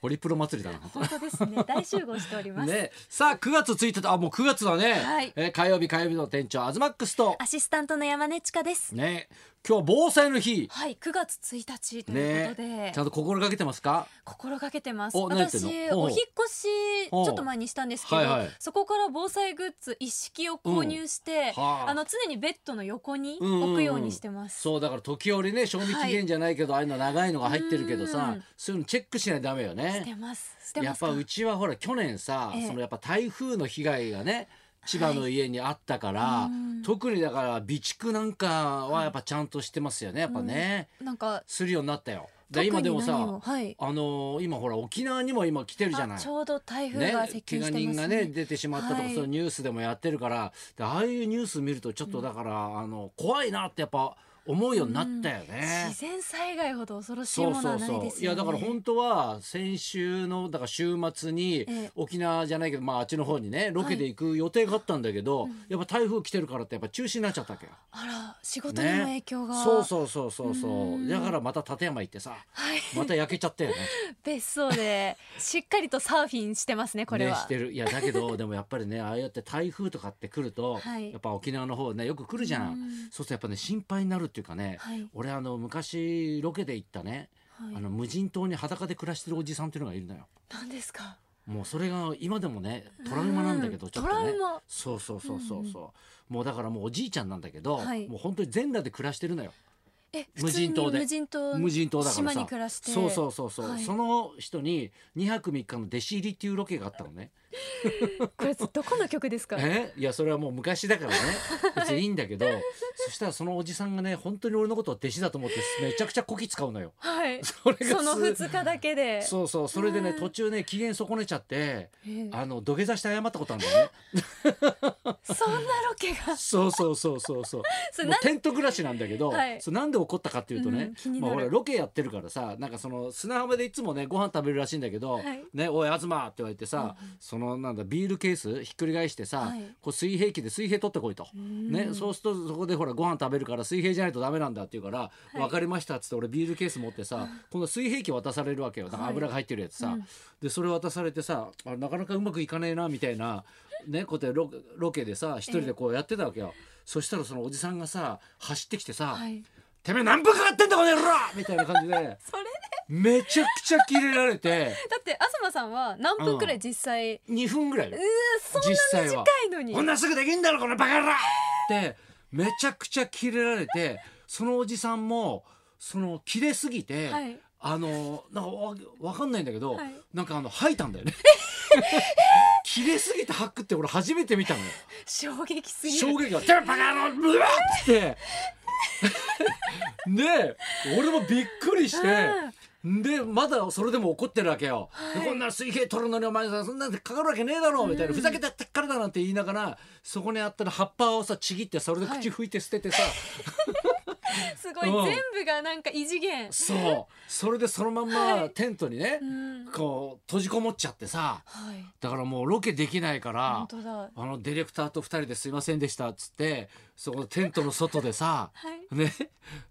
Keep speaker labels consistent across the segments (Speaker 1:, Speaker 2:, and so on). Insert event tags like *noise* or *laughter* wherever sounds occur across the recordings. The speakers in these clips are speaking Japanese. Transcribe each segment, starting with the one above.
Speaker 1: ホリプロ祭りだな。
Speaker 2: 本当です
Speaker 1: *laughs*
Speaker 2: ね。大集合しております。
Speaker 1: ね、さあ9月1日あもう9月だね、
Speaker 2: はい
Speaker 1: えー火曜日火曜日の店長アズマックスと
Speaker 2: アシスタントの山根千佳です。
Speaker 1: ね今日は防災の日
Speaker 2: はい、9月1日という
Speaker 1: ね
Speaker 2: ことで、
Speaker 1: ちゃんと心がけてますか
Speaker 2: 心がけてます。
Speaker 1: お何やってんのほう
Speaker 2: 私
Speaker 1: ほう
Speaker 2: お引っ越しち
Speaker 1: ほう
Speaker 2: ょっと前にしたんですけど、
Speaker 1: はいはい
Speaker 2: そこから防災グッズ一式を購入して、
Speaker 1: うんはあ
Speaker 2: あの常にベッドの横に
Speaker 1: うんうんうん
Speaker 2: 置くようにしてます。
Speaker 1: そうだから時折ね賞味期限じゃないけど、ああいうの長いのが入ってるけどさ
Speaker 2: うん
Speaker 1: そういうのチェックしないとダメよ
Speaker 2: 捨て
Speaker 1: ね
Speaker 2: ます。捨て
Speaker 1: や
Speaker 2: ま
Speaker 1: っ
Speaker 2: すか。
Speaker 1: ぱうちはほら去年さ、
Speaker 2: ええ
Speaker 1: そのやっぱ台風の被害がね千葉の家にあったから、
Speaker 2: うん
Speaker 1: 特にだから備蓄なんかはやっぱちゃんとしてますよねやっぱね、
Speaker 2: なんか
Speaker 1: するようになったよ
Speaker 2: 特
Speaker 1: で
Speaker 2: に
Speaker 1: 今でも
Speaker 2: 何
Speaker 1: さ
Speaker 2: をはい。
Speaker 1: あのー今ほら沖縄にも今来てるじゃな
Speaker 2: あ
Speaker 1: い
Speaker 2: ち。ょうど台風が
Speaker 1: ね
Speaker 2: 接、近
Speaker 1: 怪
Speaker 2: し
Speaker 1: 我
Speaker 2: てます
Speaker 1: 人がね出てしまったとか、
Speaker 2: はい
Speaker 1: そのニュースでもやってるからでああいうニュース見るとちょっとだから、あの怖いなってやっぱ思うようになったよね。
Speaker 2: 自然災害ほど恐ろしい
Speaker 1: そう
Speaker 2: もの
Speaker 1: そ
Speaker 2: は
Speaker 1: う
Speaker 2: ないですよ
Speaker 1: そ
Speaker 2: ね。
Speaker 1: ういやだから本当は先週のだから週末に
Speaker 2: え
Speaker 1: 沖縄じゃないけどまああっちの方にねロケで行く予定があったんだけど、やっぱ台風来てるからってやっぱ中止になっちゃったわけよ。
Speaker 2: あら仕事にも影響が、
Speaker 1: そうそうそうそう
Speaker 2: う
Speaker 1: そうんだからまた立山行ってさ
Speaker 2: はい、
Speaker 1: また焼けちゃったよね。
Speaker 2: 別荘でしっかりとサーフィンしてますねこれ
Speaker 1: ね、
Speaker 2: は、
Speaker 1: してるいやだけ
Speaker 2: *laughs*
Speaker 1: どでもやっぱりねああやって台風とかって来ると、
Speaker 2: はい
Speaker 1: やっぱ沖縄の方ねよく来るじゃん、
Speaker 2: うん
Speaker 1: そうするとやっぱね心配になるっていうかね、
Speaker 2: はい
Speaker 1: 俺あの昔ロケで行ったね、
Speaker 2: はい
Speaker 1: あの無人島に裸で暮らしてるおじさんっていうのがいるのよ
Speaker 2: 何ですか
Speaker 1: もうそれが今でもねトラウマなんだけど、
Speaker 2: うん
Speaker 1: ちょっとね
Speaker 2: トラウマ
Speaker 1: そうそうそうそうそう、もうだからもうおじいちゃんなんだけど、
Speaker 2: はい
Speaker 1: もう本当に全裸で暮らしてるのよ
Speaker 2: え
Speaker 1: 無人島で
Speaker 2: 普通に無人島
Speaker 1: 無人島だからさ
Speaker 2: 島に暮らして
Speaker 1: そうそうそうそう、
Speaker 2: はい
Speaker 1: その人に2泊3日の弟子入りっていうロケがあったのね
Speaker 2: これどこの曲ですか
Speaker 1: えいやそれはもう昔だから
Speaker 2: *laughs*
Speaker 1: ね別にいいんだけど、そしたらそのおじさんがね本当に俺のことを弟子だと思ってめちゃくちゃこき使うのよ *laughs*
Speaker 2: はい
Speaker 1: それがす
Speaker 2: その2日だけで
Speaker 1: そうそうそれでね
Speaker 2: うん
Speaker 1: 途中ね機嫌損ねちゃって
Speaker 2: ええ
Speaker 1: あの土下座して謝ったことあるんだよね
Speaker 2: そんなロケ
Speaker 1: *laughs*
Speaker 2: が
Speaker 1: そうそうそうそうそう
Speaker 2: そ
Speaker 1: も
Speaker 2: れ
Speaker 1: う
Speaker 2: なん
Speaker 1: テント暮らしなんだけど、
Speaker 2: はい
Speaker 1: そうなんで怒ったかっていうとね
Speaker 2: うん、気にな
Speaker 1: まあ、
Speaker 2: る
Speaker 1: ほらロケやってるからさなんかその砂浜でいつもねご飯食べるらしいんだけど「
Speaker 2: はい
Speaker 1: ね、おい東」って言われてさ、そのなんだビールケースひっくり返してさ、
Speaker 2: はい
Speaker 1: こう水平器で水平取ってこいと、
Speaker 2: ん
Speaker 1: ね、そうするとそこでほらご飯食べるから水平じゃないとダメなんだって言うから「
Speaker 2: い
Speaker 1: 分かりました」っつって俺ビールケース持ってさ、この水平器渡されるわけよなんか
Speaker 2: はい
Speaker 1: 油が入ってるやつさ、
Speaker 2: うん
Speaker 1: でそれ渡されてさあなかなかうまくいかねえなみたいな、ね、こうやってロロケでさ一人でこうやってたわけよ。そしたらそのおじさんがさ走ってきてさ「
Speaker 2: はい
Speaker 1: てめえ何分かかってんだこの野郎!」みたいな感じで
Speaker 2: それで
Speaker 1: めちゃくちゃキレられて
Speaker 2: だって東さんは何分くらい実際、
Speaker 1: 2分ぐらいよ
Speaker 2: うーそん
Speaker 1: 実
Speaker 2: な
Speaker 1: 際
Speaker 2: 短
Speaker 1: はい
Speaker 2: のに
Speaker 1: こんなすぐできんだろこのバカ野郎ってめちゃくちゃキレられてそのおじさんもそのキレすぎて、
Speaker 2: はい
Speaker 1: あのなんかわわかんないんだけど、
Speaker 2: はい
Speaker 1: なんかあの吐いたんだ
Speaker 2: *laughs*
Speaker 1: よね。キレすぎて吐くって俺初めて見たのよ。
Speaker 2: 衝撃すぎる
Speaker 1: 衝撃が「てめえバカ野郎うわっ!」
Speaker 2: *laughs*
Speaker 1: って。で俺もびっくりしてでまだそれでも怒ってるわけよ、でこんな水平取るのにお前さそんなんでかかるわけねえだろみたいな、ふざけてやってっからだなんて言いながらそこにあったら葉っぱをさちぎってそれで口拭いて捨ててさ、
Speaker 2: すごい、
Speaker 1: うん
Speaker 2: 全部がなんか異次元
Speaker 1: そうそれでそのまんまテントにね、
Speaker 2: うん
Speaker 1: こう閉じこもっちゃってさ
Speaker 2: はい
Speaker 1: だからもうロケできないから。
Speaker 2: 本当だは
Speaker 1: あのディレクターと2人ですいませんでしたっつってそこのテントの外でさ、*laughs*
Speaker 2: い
Speaker 1: ね、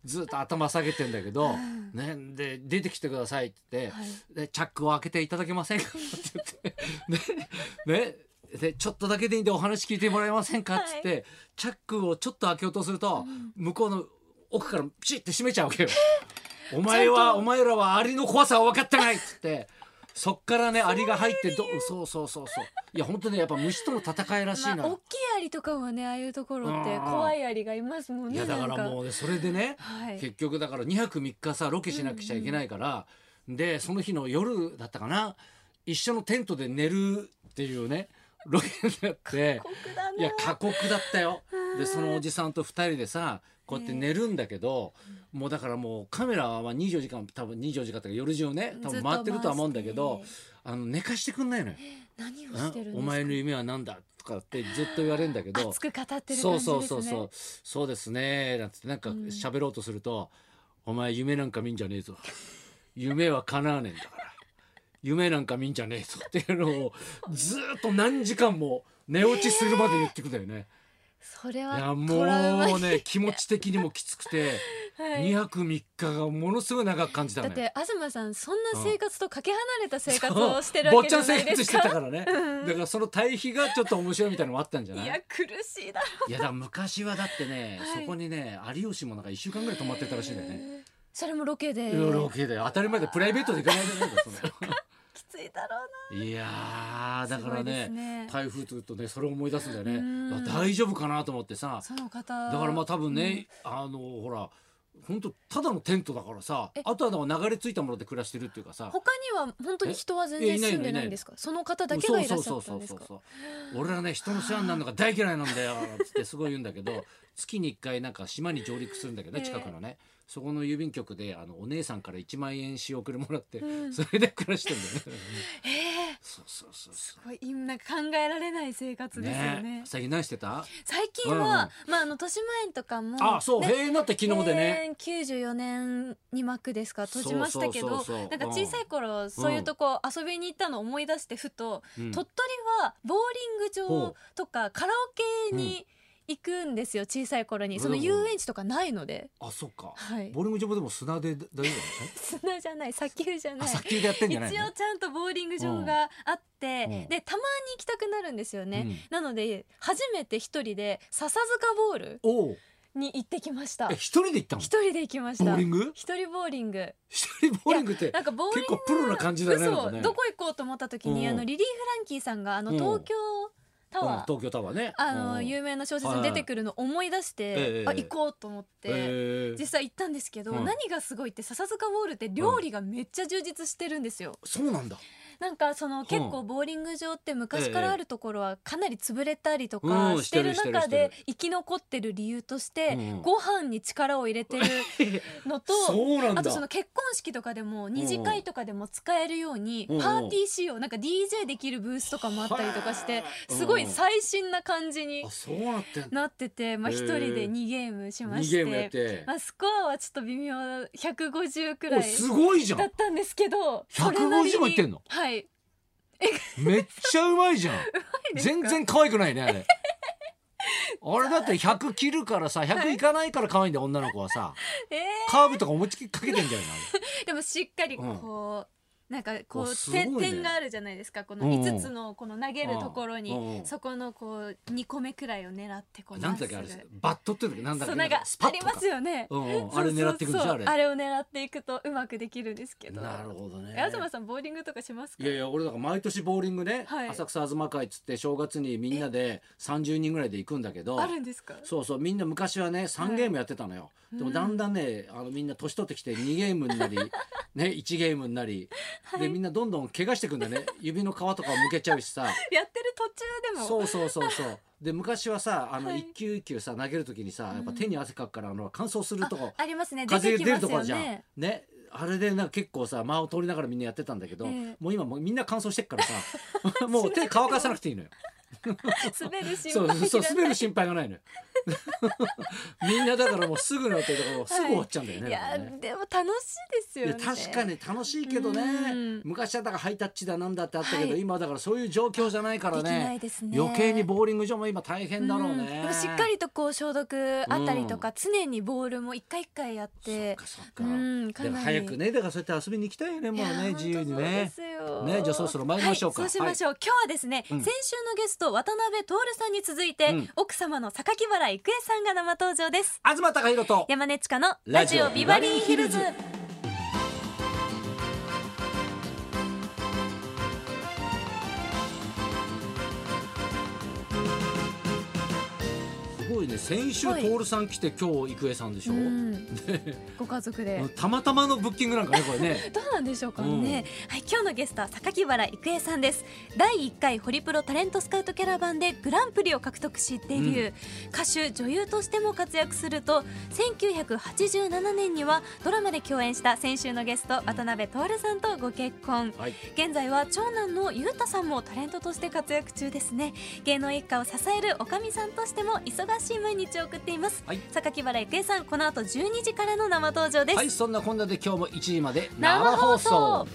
Speaker 1: ずっと頭下げてんだけど、ね、で出てきてくださいって言って、
Speaker 2: はい
Speaker 1: でチャックを開けていただけませんかって言って、 *laughs* ねね、でちょっとだけでいいんでお話聞いてもらえませんかっつって、チャックをちょっと開けようとすると、向こうの奥からピシッて閉めちゃうわけよ。お前
Speaker 2: ちゃん
Speaker 1: は
Speaker 2: と
Speaker 1: お前らはアリの怖さを分かってないっつ
Speaker 2: *laughs*
Speaker 1: ってそっからねアリが入ってどそうそうそうそういや本当ねやっぱ虫との戦いらしいな、
Speaker 2: まあ、大きいアリとかはねああいうところって
Speaker 1: うん
Speaker 2: 怖いアリがいますもん
Speaker 1: い
Speaker 2: ね
Speaker 1: やだからも
Speaker 2: う
Speaker 1: うねそれでね、
Speaker 2: はい
Speaker 1: 結局だから2泊3日さロケしなくちゃいけないから、でその日の夜だったかな一緒のテントで寝るっていうねロケになって
Speaker 2: 酷だない
Speaker 1: や過酷だったよ。でそのおじさんと2人でさこうやって寝るんだけど、もうだからもうカメラは24時間多分24時間とか夜中ね多分回ってるとは思うんだけど
Speaker 2: ずっと回し
Speaker 1: あの寝かしてくんないのよ。
Speaker 2: 何をしてるんですか
Speaker 1: お前の夢は何だとかってずっと言われるんだけど
Speaker 2: 熱く語ってる感じですね
Speaker 1: そうそうそうそうそうですねなんてなんか
Speaker 2: うん
Speaker 1: 喋ろうとすると、お前夢なんか見んじゃねえぞ夢は叶わねえんだから夢なんか見んじゃねえぞっていうのをずーっと何時間も寝落ちするまで言ってくんだよね、
Speaker 2: それ
Speaker 1: いや
Speaker 2: はトラウマ
Speaker 1: もうね気持ち的にもきつくて
Speaker 2: *laughs* はい
Speaker 1: 2泊3日がものすごい長く感じた
Speaker 2: だ
Speaker 1: の
Speaker 2: っ
Speaker 1: よ。 *laughs*
Speaker 2: て東さんそんな生活とかけ離れた生活
Speaker 1: そう
Speaker 2: をしてるわ
Speaker 1: 坊
Speaker 2: け
Speaker 1: ち
Speaker 2: じ
Speaker 1: ゃん
Speaker 2: ゃな
Speaker 1: 生
Speaker 2: いで
Speaker 1: 活
Speaker 2: す
Speaker 1: して
Speaker 2: か
Speaker 1: たからね
Speaker 2: うん
Speaker 1: だからその対比がちょっと面白いみたいなのもあったんじゃない
Speaker 2: いや苦しいだ
Speaker 1: いやだから昔はだってね、
Speaker 2: はい
Speaker 1: そこにね有吉もなんか1週間ぐらい泊まってたらしいんだよね。
Speaker 2: それもロケで
Speaker 1: いろいろロケで当たり前でプライベートで行かないじゃないか
Speaker 2: *laughs* きついだろ
Speaker 1: それいやー
Speaker 2: うな
Speaker 1: だから
Speaker 2: すごいです
Speaker 1: ね
Speaker 2: ね
Speaker 1: 台風というとねそれを思い出すんだよね
Speaker 2: うん
Speaker 1: だから大丈夫かなと思ってさ
Speaker 2: その方
Speaker 1: だからまあ多分ね、あのほら本当ただのテントだからさ
Speaker 2: え
Speaker 1: あとはだから流れ着いたもので暮らしてるっていうかさ
Speaker 2: 他には本当に人は全然住んでないんですかその方だけがいらっしゃったんですか
Speaker 1: そうそうそうそう俺はね人の世話になるのが大嫌いなんだよつってすごい言うんだけど *laughs* 月に1回なんか島に上陸するんだけどね
Speaker 2: ええ
Speaker 1: 近くのね、そこの郵便局であのお姉さんから1万円仕送りもらって、
Speaker 2: うん
Speaker 1: それで暮らしてんだよね。 *laughs*
Speaker 2: ええ
Speaker 1: そうそうそう
Speaker 2: す
Speaker 1: そ
Speaker 2: ごい今考えられない生活
Speaker 1: う
Speaker 2: ですよね
Speaker 1: 最近何してた
Speaker 2: 最近は、まああの豊島園とかも
Speaker 1: あそう、
Speaker 2: ね
Speaker 1: へえなって昨日でね。
Speaker 2: 94年に幕ですか閉じましたけど
Speaker 1: そうそうそうそう
Speaker 2: なんか小さい頃そういうとこ遊びに行ったのを思い出してふと、
Speaker 1: うん
Speaker 2: 鳥取はボーリング場とかカラオケに行くんですよ、小さい頃にその遊園地とかないので、
Speaker 1: あそっか、
Speaker 2: はい
Speaker 1: ボーリング場でも砂で大丈夫なのね
Speaker 2: 砂じゃない砂丘じゃな
Speaker 1: あ
Speaker 2: い
Speaker 1: 砂丘でやってんじ
Speaker 2: 一
Speaker 1: ゃないの
Speaker 2: 応ちゃんとボーリング場があって、
Speaker 1: うん
Speaker 2: でたまに行きたくなるんですよね、
Speaker 1: うん
Speaker 2: なので初めて一人で笹塚ボール
Speaker 1: おう
Speaker 2: に行ってきました
Speaker 1: え
Speaker 2: 一
Speaker 1: 一人で行ったの
Speaker 2: 人で行きまし
Speaker 1: ボ
Speaker 2: た
Speaker 1: ーリング
Speaker 2: 一人ボーリング
Speaker 1: 一人ボーリングって
Speaker 2: なんかボーリン
Speaker 1: 結構プロな感じだ
Speaker 2: グ
Speaker 1: ねなん
Speaker 2: そ
Speaker 1: か
Speaker 2: う、
Speaker 1: ね
Speaker 2: どこ行こうと思った時に、
Speaker 1: うん
Speaker 2: あのリリー・フランキーさんがあの
Speaker 1: うん
Speaker 2: 東京タ
Speaker 1: うん
Speaker 2: ワー、
Speaker 1: 東京タワーね
Speaker 2: あ
Speaker 1: う
Speaker 2: の
Speaker 1: ん
Speaker 2: 有名な小説に出てくるの思い出して、
Speaker 1: はいはい
Speaker 2: あ行こうと思って、
Speaker 1: えー
Speaker 2: 実際行ったんですけど、
Speaker 1: うん
Speaker 2: 何がすごいって笹塚ボールって料理がめっちゃ充実してるんですよ、
Speaker 1: そうなんだ
Speaker 2: なんかその結構ボーリング場って昔からあるところはかなり潰れたりとか
Speaker 1: うん
Speaker 2: してる
Speaker 1: してるし
Speaker 2: 中
Speaker 1: てる
Speaker 2: で生き残ってる理由として
Speaker 1: うん
Speaker 2: ご飯に力を入れてるのと
Speaker 1: *laughs* そうなんだ
Speaker 2: あとその結婚式とかでも二次会とかでも使えるように
Speaker 1: うん
Speaker 2: パーティー仕様なんか DJ できるブースとかもあったりとかして
Speaker 1: うん
Speaker 2: すごい最新な感じに
Speaker 1: あそうなってんだ
Speaker 2: なっててまあ
Speaker 1: へー
Speaker 2: 一人で2ゲームしま
Speaker 1: 2
Speaker 2: し
Speaker 1: ゲームやってて
Speaker 2: まあスコアはちょっと微妙150くら
Speaker 1: お
Speaker 2: い
Speaker 1: すごいじゃ
Speaker 2: だ
Speaker 1: ん
Speaker 2: ったんですけどそれなりに
Speaker 1: 150もいってんの
Speaker 2: はい
Speaker 1: めっちゃうまい
Speaker 2: *laughs*
Speaker 1: じゃん
Speaker 2: ですか
Speaker 1: 全然可愛くないねあ
Speaker 2: *laughs*
Speaker 1: れあれだって100切るからさ100いかないから可愛いんだよ女の子はさ
Speaker 2: えー
Speaker 1: カーブとか思いっきりかけてんじゃないのあれ
Speaker 2: でもしっかりこう、なんかこ
Speaker 1: あ
Speaker 2: う
Speaker 1: すごい
Speaker 2: て
Speaker 1: ね
Speaker 2: 点があるじゃないですかこの
Speaker 1: うんうん
Speaker 2: 5つのこの投げるところ
Speaker 1: うんう
Speaker 2: に
Speaker 1: ん
Speaker 2: そこのこう2個目くらいを狙って *laughs* こう
Speaker 1: なんだっけあれバットっていうのなんだっ
Speaker 2: そ
Speaker 1: け
Speaker 2: うなん
Speaker 1: なん
Speaker 2: か
Speaker 1: かスパ
Speaker 2: あ
Speaker 1: ッ
Speaker 2: り
Speaker 1: と
Speaker 2: ま
Speaker 1: か
Speaker 2: すよね
Speaker 1: うんうん
Speaker 2: そう
Speaker 1: あれ狙っていくんでしょ
Speaker 2: そう
Speaker 1: あれ
Speaker 2: あれを狙っていくとうまくできるんですけど
Speaker 1: なるほどね
Speaker 2: え東さんボーリングとかしますか
Speaker 1: いやいや俺だから毎年ボーリングね、
Speaker 2: はい
Speaker 1: 浅草東会っつって正月にみんなで30人ぐらいで行くんだけど
Speaker 2: あるんですか
Speaker 1: そうそうみんな昔はね3ゲームやってたのよ、
Speaker 2: い
Speaker 1: でもだんだんねあのみんな年取ってきて2ゲームにな
Speaker 2: *laughs*
Speaker 1: り、ね、1ゲームになり、でみんなどんどん怪我してくんだね指の皮とかむけちゃうしさ
Speaker 2: やってる途中でも
Speaker 1: そうそうそうそうで昔はさあの
Speaker 2: はい
Speaker 1: 1球1球さ投げる時にさやっぱ
Speaker 2: うん
Speaker 1: 手に汗かくからあの乾燥するとこ
Speaker 2: あありますね出
Speaker 1: 風
Speaker 2: て
Speaker 1: が
Speaker 2: き
Speaker 1: 出
Speaker 2: ま
Speaker 1: る
Speaker 2: す
Speaker 1: とこあ
Speaker 2: よ
Speaker 1: るじゃん
Speaker 2: ね
Speaker 1: ねあれでなんか結構さ間を通りながらみんなやってたんだけど、
Speaker 2: ええ
Speaker 1: もう今もうみんな乾燥してっ
Speaker 2: *laughs*
Speaker 1: からさもう手乾かさなくていいのよ。
Speaker 2: 滑る心
Speaker 1: そう
Speaker 2: 配
Speaker 1: そう
Speaker 2: いら
Speaker 1: 滑る心配がないのよ。 *laughs* みんなだからもうすぐのってところすぐ終わっちゃうんだよね。
Speaker 2: い
Speaker 1: な
Speaker 2: や
Speaker 1: んかね
Speaker 2: でも楽しいです
Speaker 1: い
Speaker 2: よ
Speaker 1: や
Speaker 2: ね
Speaker 1: 確かに楽しいけどね
Speaker 2: うん
Speaker 1: 昔はだからハイタッチだなんだってあったけど、
Speaker 2: はい
Speaker 1: 今はだからそういう状況じゃないから
Speaker 2: できな
Speaker 1: ね
Speaker 2: いですね
Speaker 1: 余計にボーリング場も今大変だろうね、
Speaker 2: んでもしっかりとこう消毒あったりとか、常にボールも一回一回やっ
Speaker 1: そってかそっか,、
Speaker 2: うんかなり
Speaker 1: 早くねだからそうやって遊びに行きたいよねもうね自由にねねじゃあそろそろ参りましょうか
Speaker 2: はい、そうしましょう、今日はですね、
Speaker 1: うん
Speaker 2: 先週のゲスト渡辺徹さんに続いて、
Speaker 1: うん
Speaker 2: 奥様の榊原郁恵さんが生登場です
Speaker 1: 東貴博と
Speaker 2: 山根千佳の
Speaker 1: ラ
Speaker 2: ラ
Speaker 1: ジ
Speaker 2: ジ
Speaker 1: オ
Speaker 2: オ
Speaker 1: ビ
Speaker 2: ビ
Speaker 1: バ
Speaker 2: バ
Speaker 1: リ
Speaker 2: リ
Speaker 1: ー
Speaker 2: ー
Speaker 1: ヒ
Speaker 2: ヒ
Speaker 1: ル
Speaker 2: ル
Speaker 1: ズ
Speaker 2: ズ
Speaker 1: すごいね先週
Speaker 2: はい
Speaker 1: 徹さん来て今日郁恵さんでしょ、
Speaker 2: うんご家
Speaker 1: *laughs*
Speaker 2: 族で
Speaker 1: たまたまのブッキングなんかねこれ
Speaker 2: *laughs*
Speaker 1: ね
Speaker 2: どうなんでしょうかね、はい今日のゲストは榊原郁恵さんです第1回ホリプロタレントスカウトキャラバンでグランプリを獲得しデビュー、歌手女優としても活躍すると1987年にはドラマで共演した先週のゲスト渡辺徹さんとご結婚
Speaker 1: はい
Speaker 2: 現在は長男の裕太さんもタレントとして活躍中ですね芸能一家を支えるおかみさんとしても忙しい毎日を送っています、
Speaker 1: はい
Speaker 2: 榊原郁恵さんこの後12時からの生登場です、
Speaker 1: はいそんなこんなで今日も1時まで
Speaker 2: 生放送